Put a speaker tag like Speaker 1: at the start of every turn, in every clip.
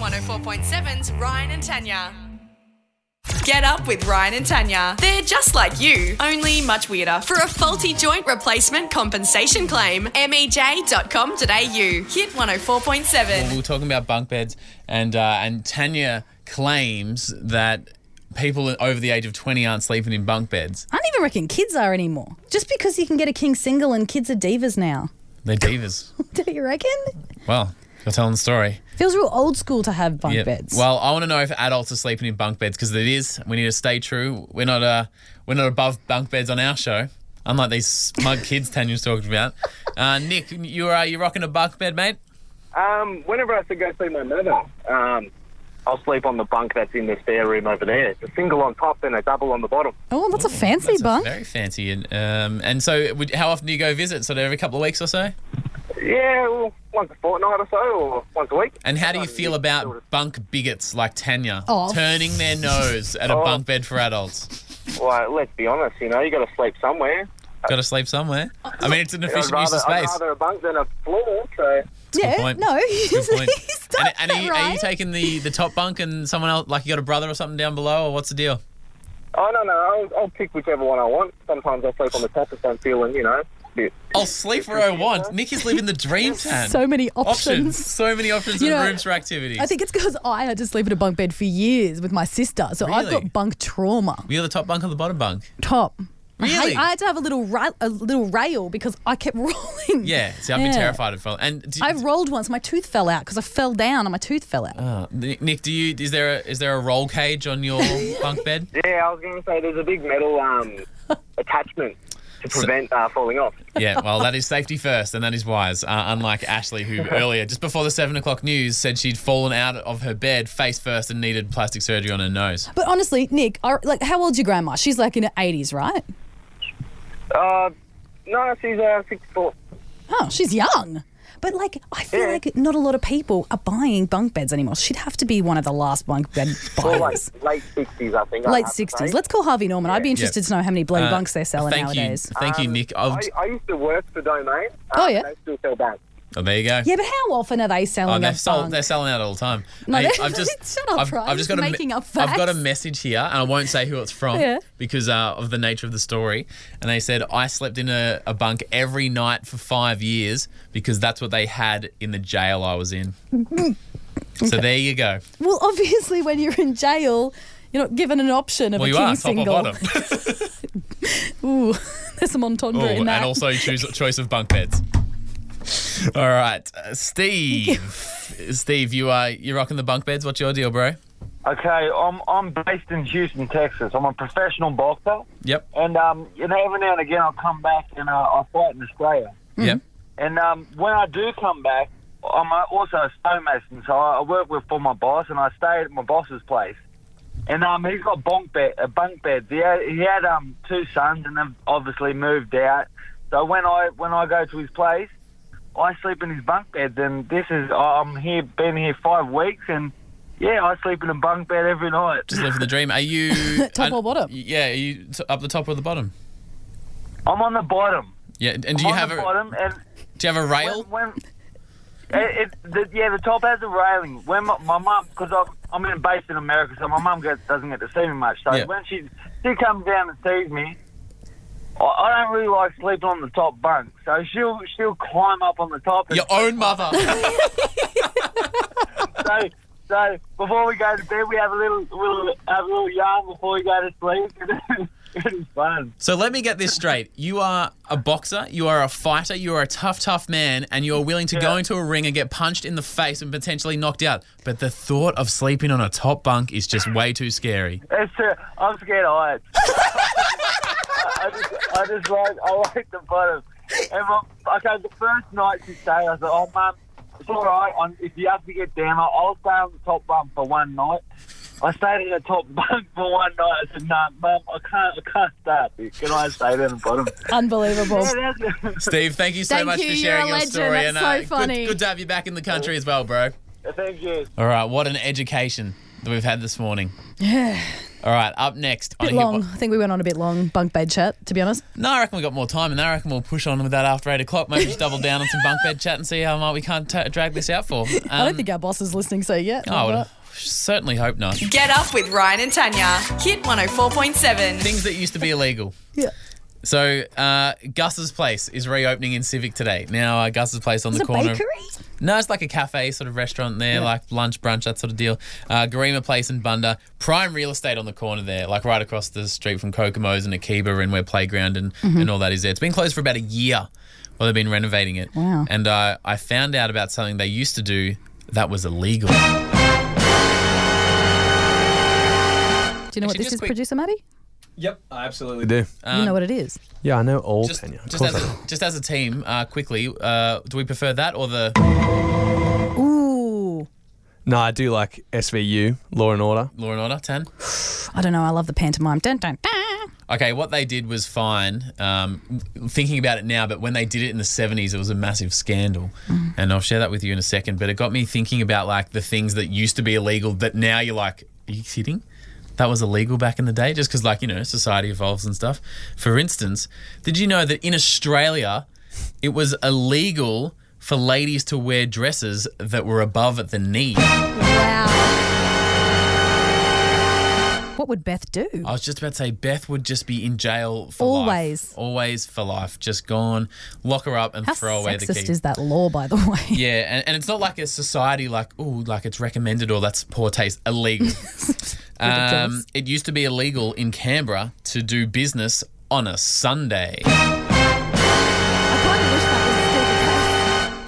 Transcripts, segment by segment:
Speaker 1: 104.7's Ryan and Tanya. Get up with Ryan and Tanya. They're just like you, only much weirder. For a faulty joint replacement compensation claim, E mej.com.au. Hit 104.7.
Speaker 2: We were talking about bunk beds, and uh, and Tanya claims that people over the age of twenty aren't sleeping in bunk beds.
Speaker 3: I don't even reckon kids are anymore. Just because you can get a king single and kids are divas now.
Speaker 2: They're divas.
Speaker 3: Do you reckon?
Speaker 2: well, you're telling the story.
Speaker 3: Feels real old school to have bunk
Speaker 2: Yeah.
Speaker 3: beds.
Speaker 2: Well, I want to know if adults are sleeping in bunk beds because it is. We need to stay true. We're not uh, we're not above bunk beds on our show. Unlike these smug kids Tanya's talking about. Uh, Nick, you're uh, you rocking a bunk bed, mate.
Speaker 4: Um, whenever I have to go see my mother, um, I'll sleep on the bunk that's in the spare room over there. It's a single on top and a double on the bottom.
Speaker 3: oh, that's a fancy
Speaker 2: That's a
Speaker 3: bunk.
Speaker 2: very fancy. And um, and so, would, how often do you go visit? Sort of every couple of weeks or so.
Speaker 4: Yeah, well, once a fortnight or so, or once a week.
Speaker 2: And how do you
Speaker 4: Sometimes
Speaker 2: feel
Speaker 4: it's sort
Speaker 2: about
Speaker 4: of-
Speaker 2: bunk bigots like Tanya
Speaker 3: Oh.
Speaker 2: turning their nose at a bunk bed for adults?
Speaker 4: Well, let's be honest. You know, you got to sleep somewhere.
Speaker 2: Got to sleep somewhere.
Speaker 3: Uh,
Speaker 2: I mean, it's an
Speaker 4: I'd
Speaker 2: efficient use
Speaker 4: rather,
Speaker 2: of
Speaker 4: I'd
Speaker 2: space.
Speaker 4: rather a bunk than a floor. So
Speaker 3: yeah,
Speaker 2: point.
Speaker 3: no.
Speaker 2: Good point.
Speaker 3: Stop
Speaker 2: And, and are,
Speaker 3: that,
Speaker 2: you, are
Speaker 3: Ryan.
Speaker 2: you taking the, the top bunk and someone else, like you got a brother or something down below, or what's the deal?
Speaker 4: I don't know. Oh, I'll, I'll pick whichever one I want. Sometimes I sleep on the top if I'm feeling, you know, a bit.
Speaker 2: I'll sleep where I want. Nick is living the dream, Tan.
Speaker 3: so many
Speaker 2: options.
Speaker 3: options.
Speaker 2: So many options
Speaker 3: You
Speaker 2: and
Speaker 3: know,
Speaker 2: rooms for activities.
Speaker 3: I think it's because I had to sleep in a bunk bed for years with my sister, so I've
Speaker 2: Really?
Speaker 3: got bunk trauma.
Speaker 2: You're the top bunk or the bottom bunk?
Speaker 3: Top.
Speaker 2: Really?
Speaker 3: I, I had to have a little ra- a little rail because I kept rolling.
Speaker 2: Yeah. See, I've been
Speaker 3: Hmm. Yeah.
Speaker 2: terrified of. And do,
Speaker 3: I rolled once. My tooth fell out because I fell down and my tooth fell out.
Speaker 2: uh, Nick, do you is there a, is there a roll cage on your bunk bed?
Speaker 4: Yeah, I was going to say there's a big metal um, attachment to prevent uh, falling off.
Speaker 2: Yeah, well, that is safety first, and that is wise. Uh, unlike Ashley, who earlier, just before the seven o'clock news, said she'd fallen out of her bed face first and needed plastic surgery on her nose.
Speaker 3: But honestly, Nick, I, like, how old's your grandma? She's like in her 80s, right?
Speaker 4: Uh, no, she's uh, six foot.
Speaker 3: Oh, she's young. But like, I feel
Speaker 4: Yeah.
Speaker 3: like not a lot of people are buying bunk beds anymore. She'd have to be one of the last bunk bed
Speaker 4: Or
Speaker 3: buyers.
Speaker 4: like late sixties, I think. I'd
Speaker 3: Late
Speaker 4: have to say.
Speaker 3: sixties. Let's call Harvey Norman. I'd be interested to know how many bloody
Speaker 2: Uh,
Speaker 3: bunks they're selling
Speaker 2: thank
Speaker 3: nowadays.
Speaker 2: You, thank you, Nick. Oh, I'll-
Speaker 4: I, I used to work for Domain. uh,
Speaker 3: Oh, yeah.
Speaker 4: They still sell back.
Speaker 2: oh, there you go.
Speaker 3: Yeah, but how often are they selling
Speaker 2: Oh,
Speaker 3: a
Speaker 2: they're,
Speaker 3: bunk?
Speaker 2: sold, they're selling out all the time.
Speaker 3: No,
Speaker 2: Hey,
Speaker 3: they're- shut up, Ryan. You're
Speaker 2: a me-
Speaker 3: making up
Speaker 2: I've got a
Speaker 3: facts.
Speaker 2: message here, and I won't say who it's from
Speaker 3: Yeah.
Speaker 2: because uh, of the nature of the story. And they said I slept in a, a bunk every night for five years because that's what they had in the jail I was in. So there you go.
Speaker 3: well, obviously, when you're in jail, you're not given an option of
Speaker 2: Well,
Speaker 3: a
Speaker 2: you
Speaker 3: king
Speaker 2: are top or
Speaker 3: single.
Speaker 2: bottom.
Speaker 3: Ooh, there's some entendre
Speaker 2: Oh,
Speaker 3: in that.
Speaker 2: and also choose choice of bunk beds. All right, uh, Steve. Steve, you are you rocking the bunk beds. What's your deal, bro?
Speaker 5: Okay, I'm I'm based in Houston, Texas. I'm a professional boxer,
Speaker 2: Yep.
Speaker 5: and um, you know, every now and again I'll come back and uh, I fight in Australia.
Speaker 2: Yep.
Speaker 5: And um, when I do come back, I'm uh, also a stonemason, so I I work with for my boss, and I stay at my boss's place. And um, he's got bunk bed, uh, bunk beds. He had, he had um two sons, and they've obviously moved out. So when I when I go to his place, I sleep in his bunk bed. And this is I'm here, been here five weeks, and yeah, I sleep in a bunk bed every night.
Speaker 2: Just live the dream. Are you
Speaker 3: Top or
Speaker 2: and-
Speaker 3: bottom?
Speaker 2: Yeah. Are you t- up the top or the bottom?
Speaker 5: I'm on the bottom.
Speaker 2: Yeah. And do
Speaker 5: I'm
Speaker 2: you
Speaker 5: on
Speaker 2: have
Speaker 5: the
Speaker 2: a
Speaker 5: bottom, and
Speaker 2: do you have a rail?
Speaker 5: When, when- it, it, the, yeah, the top has a railing. When my, my mum, because I'm, I'm in based in America, so my mum gets, doesn't get to see me much. So
Speaker 2: Yeah.
Speaker 5: when she she comes down and sees me, I, I don't really like sleeping on the top bunk. So she'll she'll climb up on the top. And
Speaker 2: Your own mother.
Speaker 5: so, so before we go to bed, we have a little little have a little yarn before we go to sleep. it is fun.
Speaker 2: so let me get this straight. You are a boxer. You are a fighter. You are a tough, tough man, and you are willing to go
Speaker 5: Yeah.
Speaker 2: into a ring and get punched in the face and potentially knocked out. But the thought of sleeping on a top bunk is just way too scary.
Speaker 5: It's uh, I'm scared of heights. I, just, I just like I like the bottom. And my, okay, the first night she stayed, I said, "Oh, mum, it's all right. I'm, if you have to get down, I'll- I'll stay on the top bunk for one night." I stayed in the top bunk for one night. I said, "No, mum, I can't. I can't stay. up here. Can I stay down the bottom?"
Speaker 3: Unbelievable.
Speaker 5: Yeah, that's-
Speaker 2: Steve, thank you so
Speaker 3: Thank
Speaker 2: much
Speaker 3: you,
Speaker 2: for
Speaker 3: you're
Speaker 2: sharing
Speaker 3: a
Speaker 2: your
Speaker 3: legend,
Speaker 2: story.
Speaker 3: that's
Speaker 2: and
Speaker 3: so
Speaker 2: uh, good-
Speaker 3: funny.
Speaker 2: Good, to have you back in the country as well, bro.
Speaker 5: Thank you.
Speaker 2: All right, what an education. that we've had this morning. All right, up next. on
Speaker 3: bit
Speaker 2: Hip-
Speaker 3: long. I think we went on a bit long bunk bed chat, to be honest.
Speaker 2: No, I reckon we got more time, and I reckon we'll push on with that after eight o'clock. Maybe just double down on some bunk bed chat and see how much we can't ta drag this out for.
Speaker 3: I
Speaker 2: Um,
Speaker 3: don't think our boss is listening, so yeah.
Speaker 2: I would
Speaker 3: not.
Speaker 2: certainly hope not.
Speaker 1: Get up with Ryan and Tanya. Hit 104.7.
Speaker 2: Things that used to be illegal.
Speaker 3: Yeah.
Speaker 2: So uh, Gus's place is reopening in Civic today. Now uh, Gus's place on
Speaker 3: Is
Speaker 2: the
Speaker 3: it
Speaker 2: corner.
Speaker 3: bakery?
Speaker 2: No, it's like a cafe sort of restaurant there, like lunch, brunch, that sort of deal. Uh, Garima Place in Bunda, prime real estate on the corner there, like right across the street from Kokomo's and Akiba and where Playground and,
Speaker 3: Mm-hmm.
Speaker 2: and all that is there. It's been closed for about a year while they've been renovating it.
Speaker 3: Wow.
Speaker 2: And uh, I found out about something they used to do that was illegal.
Speaker 3: Do you know what
Speaker 2: Actually,
Speaker 3: this
Speaker 2: just
Speaker 3: is,
Speaker 2: quick-
Speaker 3: Producer Maddie?
Speaker 6: Yep, I absolutely do.
Speaker 3: you know what it is.
Speaker 6: Yeah, I know all
Speaker 2: Um, Just,
Speaker 6: Tanya. Of
Speaker 2: just,
Speaker 6: course
Speaker 2: as,
Speaker 6: I know.
Speaker 2: a, just as a team, uh, quickly, uh, do we prefer that or the.
Speaker 3: Ooh.
Speaker 6: No, I do like SVU, Law and Order.
Speaker 2: Law and Order 10.
Speaker 3: I don't know. I love the pantomime. Dun, dun, dun.
Speaker 2: Okay, what they did was fine. Um, thinking about it now, but when they did it in the 70s, it was a massive scandal. And I'll share that with you in a second. But it got me thinking about like the things that used to be illegal that now you're like, are you kidding? That was illegal back in the day, just because, like, you know, society evolves and stuff. For instance, did you know that in Australia, it was illegal for ladies to wear dresses that were above at the knee?
Speaker 3: Wow. What would Beth do?
Speaker 2: I was just about to say Beth would just be in jail for
Speaker 3: Always.
Speaker 2: life. Always for life. Just gone. Lock her up and
Speaker 3: How
Speaker 2: throw away
Speaker 3: sexist
Speaker 2: the key.
Speaker 3: is that law, by the way?
Speaker 2: yeah, and, and it's not like a society like, oh, like it's recommended or that's poor taste. Illegal. um,
Speaker 3: Ridiculous.
Speaker 2: it used to be illegal in Canberra to do business on a Sunday.
Speaker 3: I kind of wish that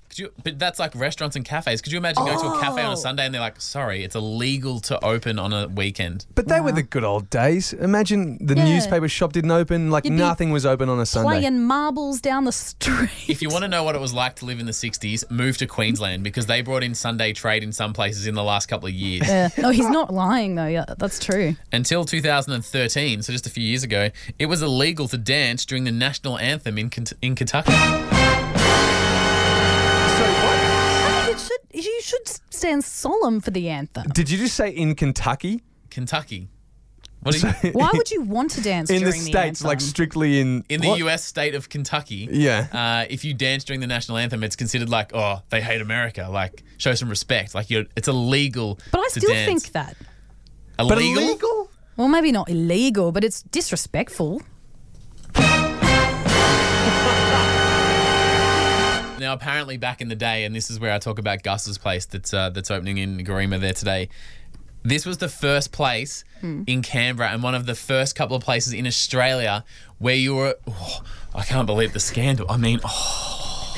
Speaker 2: Could you, but that's like restaurants and cafes. Could you imagine going to a cafe
Speaker 3: Oh.
Speaker 2: on a Sunday and they're like, sorry, it's illegal to open on a weekend?
Speaker 6: But they were the good old days. Imagine the
Speaker 3: Yeah.
Speaker 6: newspaper shop didn't open, like
Speaker 3: You'd be
Speaker 6: nothing was open on a
Speaker 3: was still
Speaker 6: Sunday.
Speaker 3: playing marbles down the street.
Speaker 2: If you want to know what it was like to live in the 60s, move to Queensland because they brought in Sunday trade in some places in the last couple of years.
Speaker 3: Yeah. No, Uh, oh, he's not lying though. Yeah, that's true.
Speaker 2: Until 2013, so just a few years ago, it was illegal to dance during the national anthem in, Kent- in Kentucky.
Speaker 3: I think it should. You should stand solemn for the anthem.
Speaker 6: Did you just say in Kentucky?
Speaker 2: Kentucky. What do you,
Speaker 3: Why would you want to dance
Speaker 6: In the
Speaker 3: during
Speaker 6: States,
Speaker 3: anthem?
Speaker 6: like strictly in.
Speaker 2: in the
Speaker 6: what?
Speaker 2: US state of Kentucky,
Speaker 6: Yeah.
Speaker 2: uh, if you dance during the national anthem, it's considered like, oh, they hate America. Like, show some respect. Like, you're, it's illegal
Speaker 3: But I
Speaker 2: to
Speaker 3: still
Speaker 2: dance.
Speaker 3: think that.
Speaker 6: But illegal?
Speaker 3: Well, maybe not illegal, but it's disrespectful.
Speaker 2: Now, apparently, back in the day, and this is where I talk about Gus's place that's uh, that's opening in Garima there today. This was the first place in Canberra and one of the first couple of places in Australia where you were. oh, I can't believe the scandal. I mean, oh,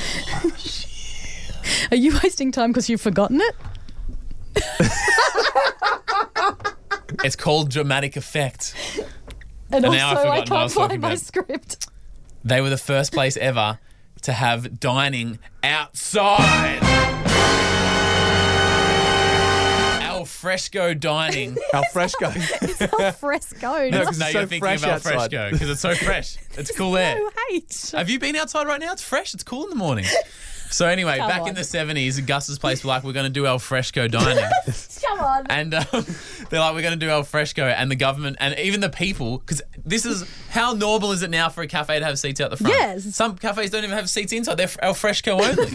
Speaker 3: Are you wasting time because you've forgotten it?
Speaker 2: it's called dramatic effect.
Speaker 3: And,
Speaker 2: And now I've
Speaker 3: also,
Speaker 2: forgotten what I
Speaker 3: I can't
Speaker 2: was
Speaker 3: find
Speaker 2: talking
Speaker 3: my
Speaker 2: about.
Speaker 3: script.
Speaker 2: They were the first place ever to have dining outside. Al fresco dining.
Speaker 6: Al fresco.
Speaker 3: Fresco.
Speaker 6: No,
Speaker 2: No,
Speaker 6: because it's so
Speaker 2: you're thinking
Speaker 6: fresh
Speaker 2: about
Speaker 6: outside.
Speaker 2: fresco because it's so fresh. It's cool air.
Speaker 3: no hate.
Speaker 2: Have you been outside right now? It's fresh. It's cool in the morning. So anyway, back
Speaker 3: on.
Speaker 2: in the seventies, Gus's place were like, "We're going to do al fresco dining,"
Speaker 3: Come on.
Speaker 2: and um, they're like, "We're going to do al fresco," and the government and even the people, because this is how normal is it now for a cafe to have seats out the front?
Speaker 3: Yes.
Speaker 2: Some cafes don't even have seats inside; they're al fresco only.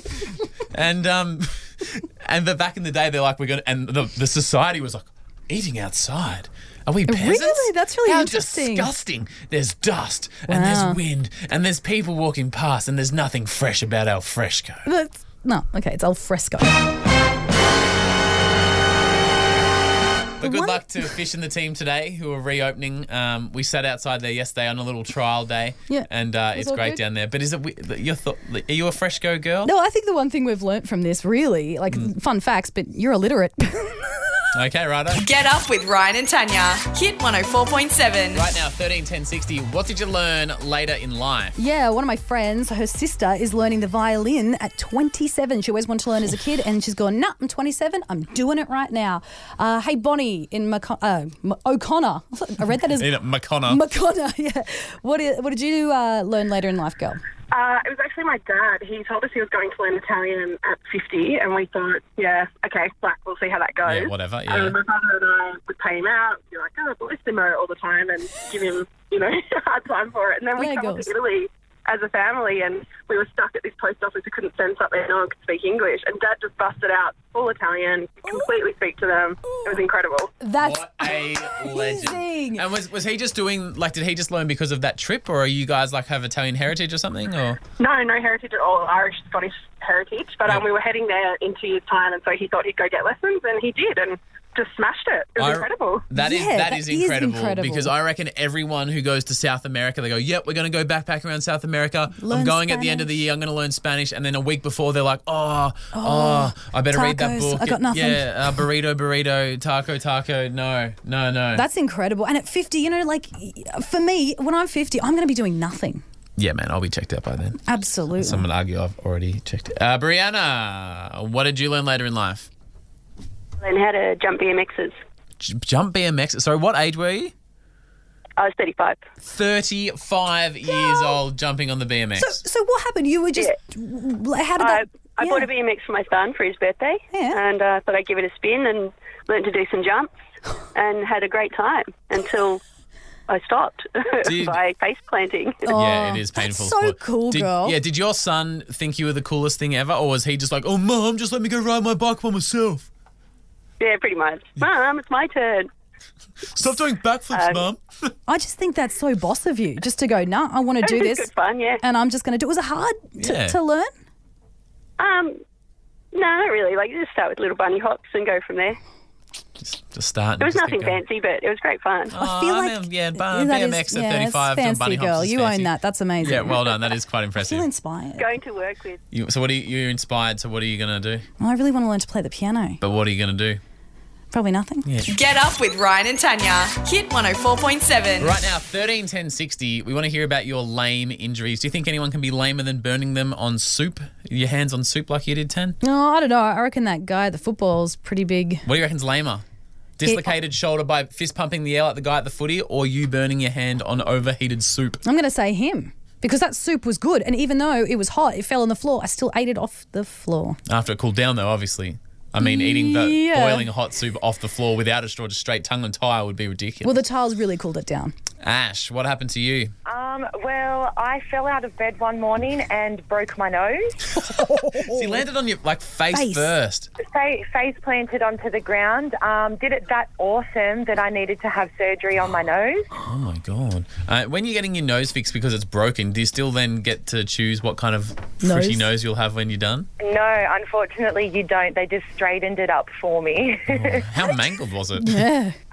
Speaker 2: and um, and the back in the day, they're like, "We're going," to and the, the society was like, "Eating outside." Are we peasants?
Speaker 3: That's really
Speaker 2: How
Speaker 3: interesting.
Speaker 2: disgusting. There's dust and there's
Speaker 3: Wow.
Speaker 2: wind and there's people walking past and there's nothing fresh about our fresco.
Speaker 3: That's, no, okay, it's al fresco.
Speaker 2: But good
Speaker 3: one-
Speaker 2: luck to Fish and the team today who are reopening. Um, we sat outside there yesterday on a little trial day.
Speaker 3: Yeah.
Speaker 2: And uh, it's
Speaker 3: all
Speaker 2: great
Speaker 3: good.
Speaker 2: down there. But is it we- your thought? Are you a fresco girl?
Speaker 3: No, I think the one thing we've learnt from this, really, like fun facts, but you're illiterate.
Speaker 2: Okay, righto.
Speaker 1: Get up with Ryan and Tanya. Hit 104.7.
Speaker 2: Right now, 13, 10, 60. What did you learn later in life?
Speaker 3: yeah, one of my friends, her sister, is learning the violin at 27. She always wanted to learn as a kid, and she's gone, nah, I'm 27. I'm doing it right now. Uh, hey, Bonnie in Maco- uh, M- O'Connor. I read that as
Speaker 2: Nina McConnor.
Speaker 3: McConnor. Yeah. What did, what did you uh, learn later in life, girl?
Speaker 7: Uh, it was actually my dad. He told us he was going to learn Italian at 50, and we thought, yeah, okay, like, we'll see how that goes.
Speaker 2: Yeah, whatever,
Speaker 7: Um,
Speaker 2: yeah.
Speaker 7: my father and I would pay him out, be like, oh, bellissimo all the time, and give him, you know, a hard time for it. And then we
Speaker 3: There
Speaker 7: traveled
Speaker 3: goes.
Speaker 7: to Italy as a family, and we were stuck at this post office. We couldn't send something, no one could speak English. And dad just busted out all Italian, completely speak to them. It was incredible.
Speaker 3: That's
Speaker 2: What a legend.
Speaker 3: amazing.
Speaker 2: And was, was he just doing, like, did he just learn because of that trip, or are you guys, like, have Italian heritage or something? Or
Speaker 7: No, no heritage at all, Irish, Scottish heritage. But um, we were heading there in two years' time, and so he thought he'd go get lessons, and he did, and just smashed it. It was
Speaker 2: I-
Speaker 7: incredible.
Speaker 2: That is
Speaker 3: Yeah,
Speaker 2: that
Speaker 3: that
Speaker 2: is
Speaker 3: is
Speaker 2: incredible,
Speaker 3: incredible.
Speaker 2: because I reckon everyone who goes to South America, they go, "Yep, we're going to go backpack around South America. I'm
Speaker 3: Learn
Speaker 2: going at the end of the
Speaker 3: Spanish."
Speaker 2: year. I'm going to learn Spanish." And then a week before, they're like, "Oh, oh, I better read that
Speaker 3: tacos.
Speaker 2: book.
Speaker 3: I got nothing."
Speaker 2: Yeah, uh, burrito, burrito, taco, taco. No, no, no.
Speaker 3: That's incredible. And at 50, you know, like for me, when I'm 50, I'm going to be doing nothing.
Speaker 2: yeah, man, I'll be checked out by then.
Speaker 3: Absolutely.
Speaker 2: Someone would argue I've already checked. Out. Uh, Brianna, what did you learn later in life?
Speaker 8: Learn how to jump BMXs.
Speaker 2: J- jump BMX. Sorry, what age were you?
Speaker 8: I was 35.
Speaker 2: Thirty-five years old, jumping on the BMX.
Speaker 3: so, so what happened? You were just, how did
Speaker 8: I,
Speaker 3: that?
Speaker 8: I
Speaker 3: yeah.
Speaker 8: bought a BMX for my son for his birthday
Speaker 3: Yeah.
Speaker 8: and uh, thought I'd give it a spin and learned to do some jumps and had a great time until I stopped
Speaker 2: Did-
Speaker 8: by face planting.
Speaker 2: Yeah,
Speaker 3: Oh,
Speaker 2: it is
Speaker 3: that's
Speaker 2: painful.
Speaker 3: so
Speaker 2: sport.
Speaker 3: cool,
Speaker 2: did,
Speaker 3: girl.
Speaker 2: Yeah, did your son think you were the coolest thing ever, or was he just like, "Oh, mom, just let me go ride my bike by myself.
Speaker 8: yeah, pretty much. Mum, it's my turn.
Speaker 2: Stop doing backflips,
Speaker 8: Um,
Speaker 2: mum."
Speaker 3: I just think that's so boss of you, just to go. Nah, I want to do
Speaker 8: It was
Speaker 3: this,
Speaker 8: good fun, yeah.
Speaker 3: and I'm just going to do. it. Was it hard to,
Speaker 2: Yeah.
Speaker 3: to learn?
Speaker 8: Um, no, not really. Like, you just start with little bunny hops and go from there.
Speaker 2: Just starting.
Speaker 8: It was nothing fancy, but it was great fun.
Speaker 2: I
Speaker 3: feel
Speaker 2: am
Speaker 3: like
Speaker 2: yeah, bum,
Speaker 3: that is-
Speaker 2: BMX at
Speaker 3: yeah, that's
Speaker 2: 35 doing
Speaker 3: fancy
Speaker 2: bunny hops
Speaker 3: girl.
Speaker 2: is
Speaker 3: you
Speaker 2: fancy.
Speaker 3: own that. That's amazing.
Speaker 2: Yeah, well done. That is quite
Speaker 3: I feel
Speaker 2: impressive.
Speaker 3: inspired.
Speaker 8: Going to work with
Speaker 2: You, so, what are you, you're inspired? So, what are you going to do?
Speaker 3: I really want to learn to play the piano.
Speaker 2: But what are you going to do?
Speaker 3: Probably nothing.
Speaker 1: Get up with Ryan and Tanya. Hit 104.7.
Speaker 2: Right now, 13, 10, 60, we want to hear about your lame injuries. Do you think anyone can be lamer than burning them on soup? Your hands on soup like you did, 10?
Speaker 3: No, I don't know. I reckon that guy at the football's pretty big.
Speaker 2: What do you reckon's lamer? Dislocated shoulder by fist pumping the air at the guy at the footy, or you burning your hand on overheated soup?
Speaker 3: I'm going to say him because that soup was good. And even though it was hot, it fell on the floor. I still ate it off the floor.
Speaker 2: After it cooled down, though, obviously. I mean, eating the
Speaker 3: Yeah.
Speaker 2: boiling hot soup off the floor without a straw, just straight tongue and tire would be ridiculous.
Speaker 3: Well, the tiles really cooled it down.
Speaker 2: Ash, what happened to you?
Speaker 9: Um, well, I fell out of bed one morning and broke my nose.
Speaker 2: So you landed on your like face,
Speaker 3: Face.
Speaker 2: first.
Speaker 9: Fa- face planted onto the ground. Um, did it that awesome that I needed to have surgery on my nose.
Speaker 2: Oh my god! Uh, when you're getting your nose fixed because it's broken, do you still then get to choose what kind of pretty
Speaker 3: Nose.
Speaker 2: nose you'll have when you're done?
Speaker 9: No, unfortunately, you don't. They just straightened it up for me.
Speaker 2: How mangled was it?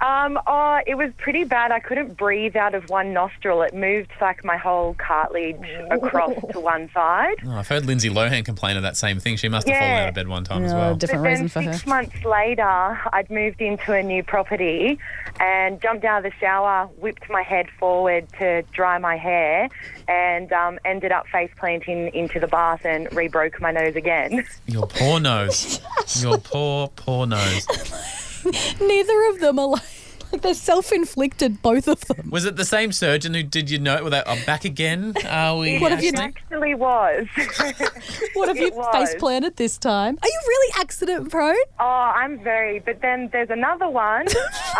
Speaker 9: um, oh, it was pretty bad. I couldn't breathe out of one nostril. It moved like my whole cartilage across to one side.
Speaker 2: Oh, I've heard Lindsay Lohan complain of that same thing. She must have fallen
Speaker 9: Yeah.
Speaker 2: out of bed one time as
Speaker 3: No,
Speaker 2: well.
Speaker 3: different
Speaker 9: But
Speaker 3: reason
Speaker 9: then
Speaker 3: for her.
Speaker 9: six months later, I'd moved into a new property and jumped out of the shower, whipped my head forward to dry my hair, and um, ended up face planting into the bath and re broke my nose again.
Speaker 2: Your poor nose. Your poor, poor nose.
Speaker 3: Neither of them are like, like they're self inflicted, both of them.
Speaker 2: Was it the same surgeon who did you know? Were they oh, back again? Are we?
Speaker 3: What have you
Speaker 9: It
Speaker 2: actually-
Speaker 9: actually was.
Speaker 3: What have
Speaker 9: It
Speaker 3: you
Speaker 9: was.
Speaker 3: face planted this time? Are you really accident prone?
Speaker 9: oh, I'm very. But then there's another one.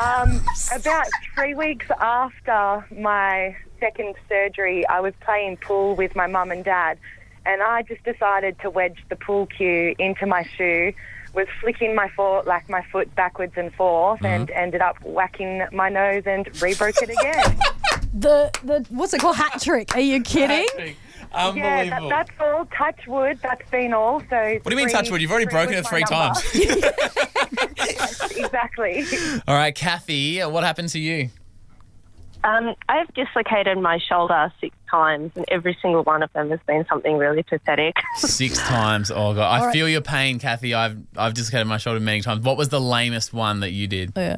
Speaker 9: Um, about three weeks after my second surgery, I was playing pool with my mum and dad, and I just decided to wedge the pool cue into my shoe. Was flicking my foot, like my foot backwards and forth, and
Speaker 3: Mm-hmm.
Speaker 9: ended up whacking my nose and re-broke it again.
Speaker 3: The the what's it called hat trick? Are you kidding?
Speaker 2: Unbelievable.
Speaker 9: yeah, that, that's all. Touch wood. That's been all. So.
Speaker 2: what do you mean, Touchwood? You've already broken it three times.
Speaker 9: exactly.
Speaker 2: All right, Kathy, what happened to you?
Speaker 10: Um, I've dislocated my shoulder six times, and every single one of them has been something really pathetic.
Speaker 2: Six times. Oh god, I feel your pain, Kathy. I've I've dislocated my shoulder many times. What was the lamest one that you did?
Speaker 3: Yeah.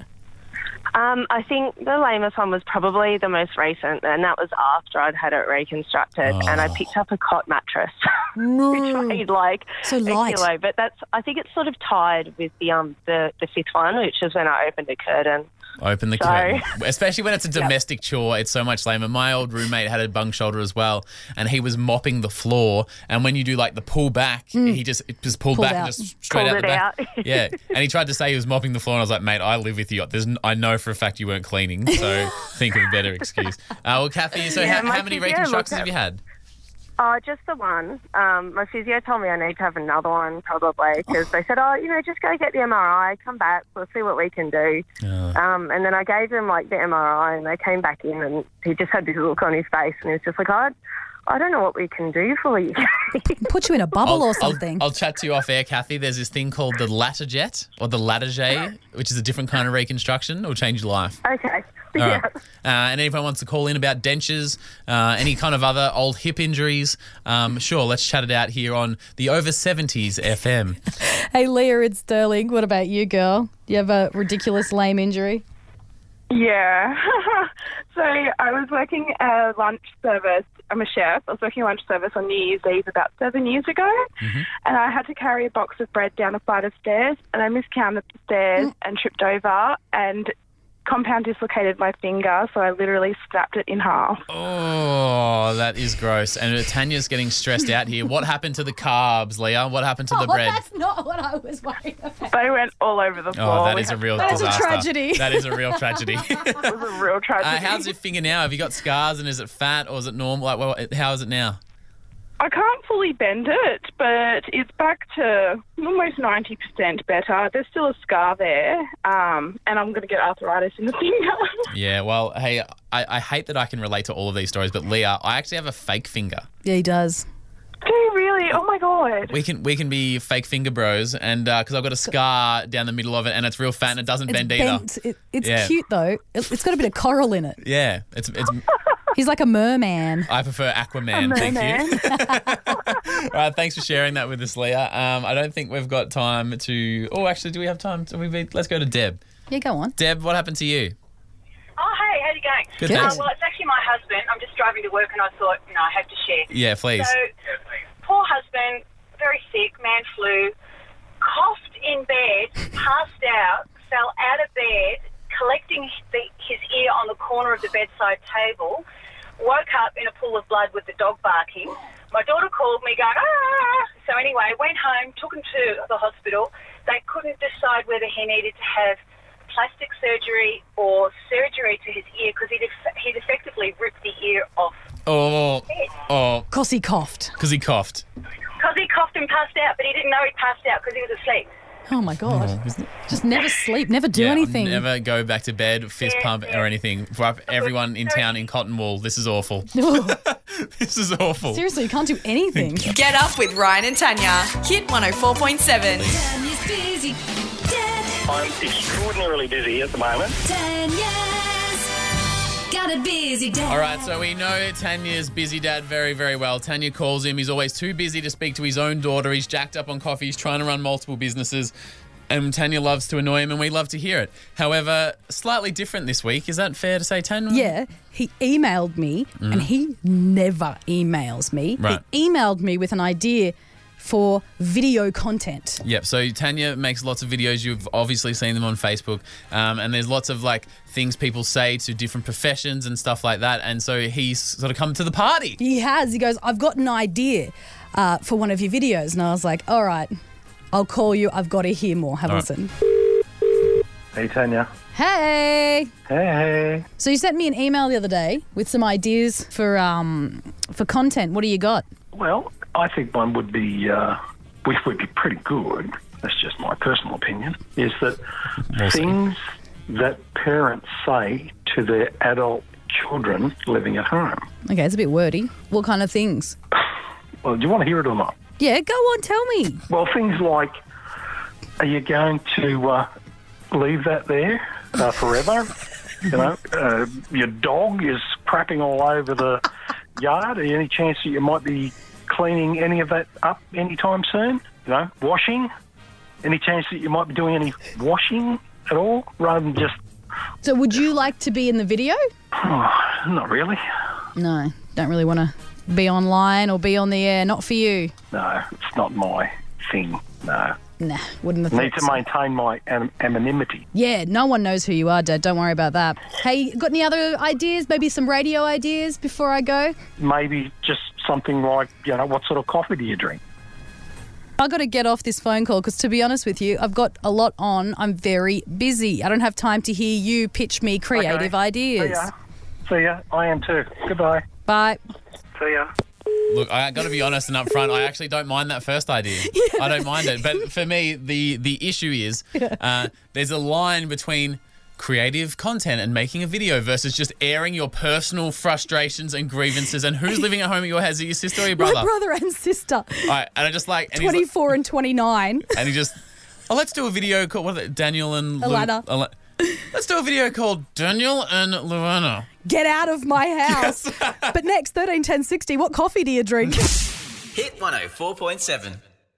Speaker 10: Um, I think the lamest one was probably the most recent, and that was after I'd had it reconstructed, and I picked up a cot mattress, which weighed like
Speaker 3: So
Speaker 10: a
Speaker 3: light.
Speaker 10: kilo. But that's I think it's sort of tied with the um the, the fifth one, which is when I opened a curtain.
Speaker 2: Open the
Speaker 10: So-
Speaker 2: curtain. Especially when it's a domestic chore, it's so much lamer. My old roommate had a bung shoulder as well, and he was mopping the floor. And when you do like the pull back, he just it just pulled,
Speaker 10: Hmm. Pulled
Speaker 2: back and
Speaker 10: out.
Speaker 2: just straight
Speaker 10: Pulled
Speaker 2: out the
Speaker 10: it
Speaker 2: back.
Speaker 10: out.
Speaker 2: yeah, and he tried to say he was mopping the floor, and I was like, mate, I live with you. There's, n- I know for a fact you weren't cleaning, so think of a better excuse. Uh, well, Kathy, so
Speaker 10: Yeah,
Speaker 2: how,
Speaker 10: my
Speaker 2: how many
Speaker 10: physio
Speaker 2: reconstructions
Speaker 10: looked
Speaker 2: have you
Speaker 10: at-
Speaker 2: had?
Speaker 10: Oh, just the one. Um, my physio told me I need to have another one probably because they said, oh, you know, just go get the MRI, come back, we'll see what we can do. Um, and then I gave him like the MRI and they came back in and he just had this look on his face and he was just like, I, I don't know what we can do for you.
Speaker 3: Put you in a bubble
Speaker 2: I'll,
Speaker 3: or something.
Speaker 2: I'll, I'll chat to you off air, Kathy. There's this thing called the Latter Jet or the Latter J, which is a different kind of reconstruction. It'll change your life.
Speaker 10: okay.
Speaker 2: All right. Uh, and anyone wants to call in about dentures, uh, any kind of other old hip injuries, um, sure, let's chat it out here on the over 70s FM.
Speaker 3: Hey, Leah, it's Sterling. What about you, girl? You have a ridiculous lame injury?
Speaker 11: Yeah. so I was working a lunch service. I'm a chef. I was working a lunch service on New Year's Eve about seven years ago,
Speaker 2: Mm-hmm.
Speaker 11: and I had to carry a box of bread down a flight of stairs, and I miscounted the stairs
Speaker 2: Mm.
Speaker 11: and tripped over and compound dislocated my finger, so I literally snapped it in half.
Speaker 2: Oh, that is gross. And Tanya's getting stressed out here. What happened to the carbs, Leah? What happened to the
Speaker 3: well,
Speaker 2: bread?
Speaker 3: Oh, that's not what I was worried about.
Speaker 11: They went all over the floor.
Speaker 2: Oh, that
Speaker 11: We
Speaker 2: is a
Speaker 11: had-
Speaker 2: real
Speaker 3: That's a
Speaker 2: disaster.
Speaker 3: tragedy.
Speaker 2: That is a real tragedy.
Speaker 11: It was a real tragedy.
Speaker 2: Uh, how's your finger now? Have you got scars and is it fat or is it normal? Like, well, how is it now?
Speaker 11: I can't fully bend it, but it's back to almost 90% better. There's still a scar there, um, and I'm going to get arthritis in the finger.
Speaker 2: Yeah, well, hey, I, I hate that I can relate to all of these stories, but Leah, I actually have a fake finger.
Speaker 3: Yeah, he does.
Speaker 11: Do you really? Oh my God.
Speaker 2: We can we can be fake finger bros, and because I've got a scar down the middle of it, and it's real fat and it doesn't
Speaker 3: It's
Speaker 2: bend
Speaker 3: bent.
Speaker 2: either.
Speaker 3: It, it's
Speaker 2: Yeah.
Speaker 3: cute, though. It, it's got a bit of coral in it.
Speaker 2: Yeah, it's it's.
Speaker 3: He's like a merman.
Speaker 2: I prefer Aquaman. Thank you. all right, thanks for sharing that with us, Leah. Um, I don't think we've got time to. Oh, actually, do we have time? To, we be, let's go to Deb.
Speaker 3: Yeah, go on.
Speaker 2: Deb, what happened to you?
Speaker 12: Oh, hey, how's it going?
Speaker 2: Good, thanks.
Speaker 12: Uh, well, it's actually my husband. I'm just driving to work and I thought, no, I have to share.
Speaker 2: Yeah, please.
Speaker 12: So, poor husband, very sick, man flu, coughed in bed, passed out, fell out of bed, collecting the, his ear on the corner of the bedside table, woke up in a pool of blood with the dog barking. My daughter called me going, ah! So anyway, went home, took him to the hospital. They couldn't decide whether he needed to have plastic surgery or surgery to his ear because he'd, eff- he'd effectively ripped the ear off.
Speaker 2: Oh, oh,
Speaker 3: because he coughed.
Speaker 2: Because he coughed.
Speaker 12: Because he coughed and passed out, but he didn't know he passed out because he was asleep.
Speaker 3: Oh, my God. Just never sleep, never do
Speaker 2: Yeah,
Speaker 3: anything.
Speaker 2: Never go back to bed, fist
Speaker 12: Yeah,
Speaker 2: pump or anything. For everyone in town in Cottonwall, this is awful. this is awful.
Speaker 3: Seriously, you can't do anything.
Speaker 1: Get up with Ryan and Tanya. Hit 104.7.
Speaker 4: I'm extraordinarily busy at the moment.
Speaker 13: Got a busy day.
Speaker 2: All right, so we know Tanya's busy dad very, very well. Tanya calls him. He's always too busy to speak to his own daughter. He's jacked up on coffee. He's trying to run multiple businesses. And Tanya loves to annoy him, and we love to hear it. However, slightly different this week. Is that fair to say, Tanya?
Speaker 3: Yeah, he emailed me,
Speaker 2: Mm.
Speaker 3: and he never emails me.
Speaker 2: Right.
Speaker 3: He emailed me with an idea for video content.
Speaker 2: Yep. So Tanya makes lots of videos. You've obviously seen them on Facebook, um, and there's lots of like things people say to different professions and stuff like that. And so he's sort of come to the party.
Speaker 3: He has. He goes, I've got an idea uh, for one of your videos. And I was like, all right, I'll call you. I've got to hear more. Have a
Speaker 5: All right.
Speaker 3: listen.
Speaker 5: Hey, Tanya.
Speaker 3: Hey.
Speaker 5: Hey.
Speaker 3: So you sent me an email the other day with some ideas for um, for content. What do you got?
Speaker 14: Well, I think one would be, uh, which would be pretty good. That's just my personal opinion. Is that things that parents say to their adult children living at home?
Speaker 3: Okay, it's a bit wordy. What kind of things?
Speaker 14: Well, do you want to hear it or not?
Speaker 3: Yeah, go on, tell me.
Speaker 14: Well, things like, are you going to uh, leave that there uh, forever? you know, uh, your dog is crapping all over the yard. Any chance that you might be cleaning any of that up anytime soon? You know, washing. Any chance that you might be doing any washing at all, rather than just
Speaker 3: So would you like to be in the video?
Speaker 14: not really.
Speaker 3: No, don't really want to be online or be on the air. Not for you.
Speaker 14: No, it's not my thing. No.
Speaker 3: Nah, wouldn't have
Speaker 14: Need
Speaker 3: thought
Speaker 14: to
Speaker 3: so.
Speaker 14: maintain my an- anonymity.
Speaker 3: Yeah, no one knows who you are, Dad. Don't worry about that. Hey, got any other ideas? Maybe some radio ideas before I go?
Speaker 14: Maybe just something like, you know, what sort of coffee do you drink?
Speaker 3: I got to get off this phone call because, to be honest with you, I've got a lot on. I'm very busy. I don't have time to hear you pitch me creative
Speaker 14: Okay.
Speaker 3: ideas.
Speaker 14: See ya. See ya. I am too. Goodbye.
Speaker 3: Bye.
Speaker 14: See ya.
Speaker 2: Look, I got to be honest and upfront. I actually don't mind that first idea. I don't mind it, but for me, the the issue is uh, there's a line between creative content and making a video versus just airing your personal frustrations and grievances. And who's living at home at your house? Is it your sister or your brother?
Speaker 3: My brother and sister,
Speaker 2: All right, and I just like and, he's like-
Speaker 3: 24 and 29.
Speaker 2: and he just oh let's do a video called what are they, Daniel and Lu-
Speaker 3: Alana.
Speaker 2: Ala- let's do a video called Daniel and Luana.
Speaker 3: Get out of my house. but next, 13, 10, 60, what coffee do you drink?
Speaker 13: Hit 104.7.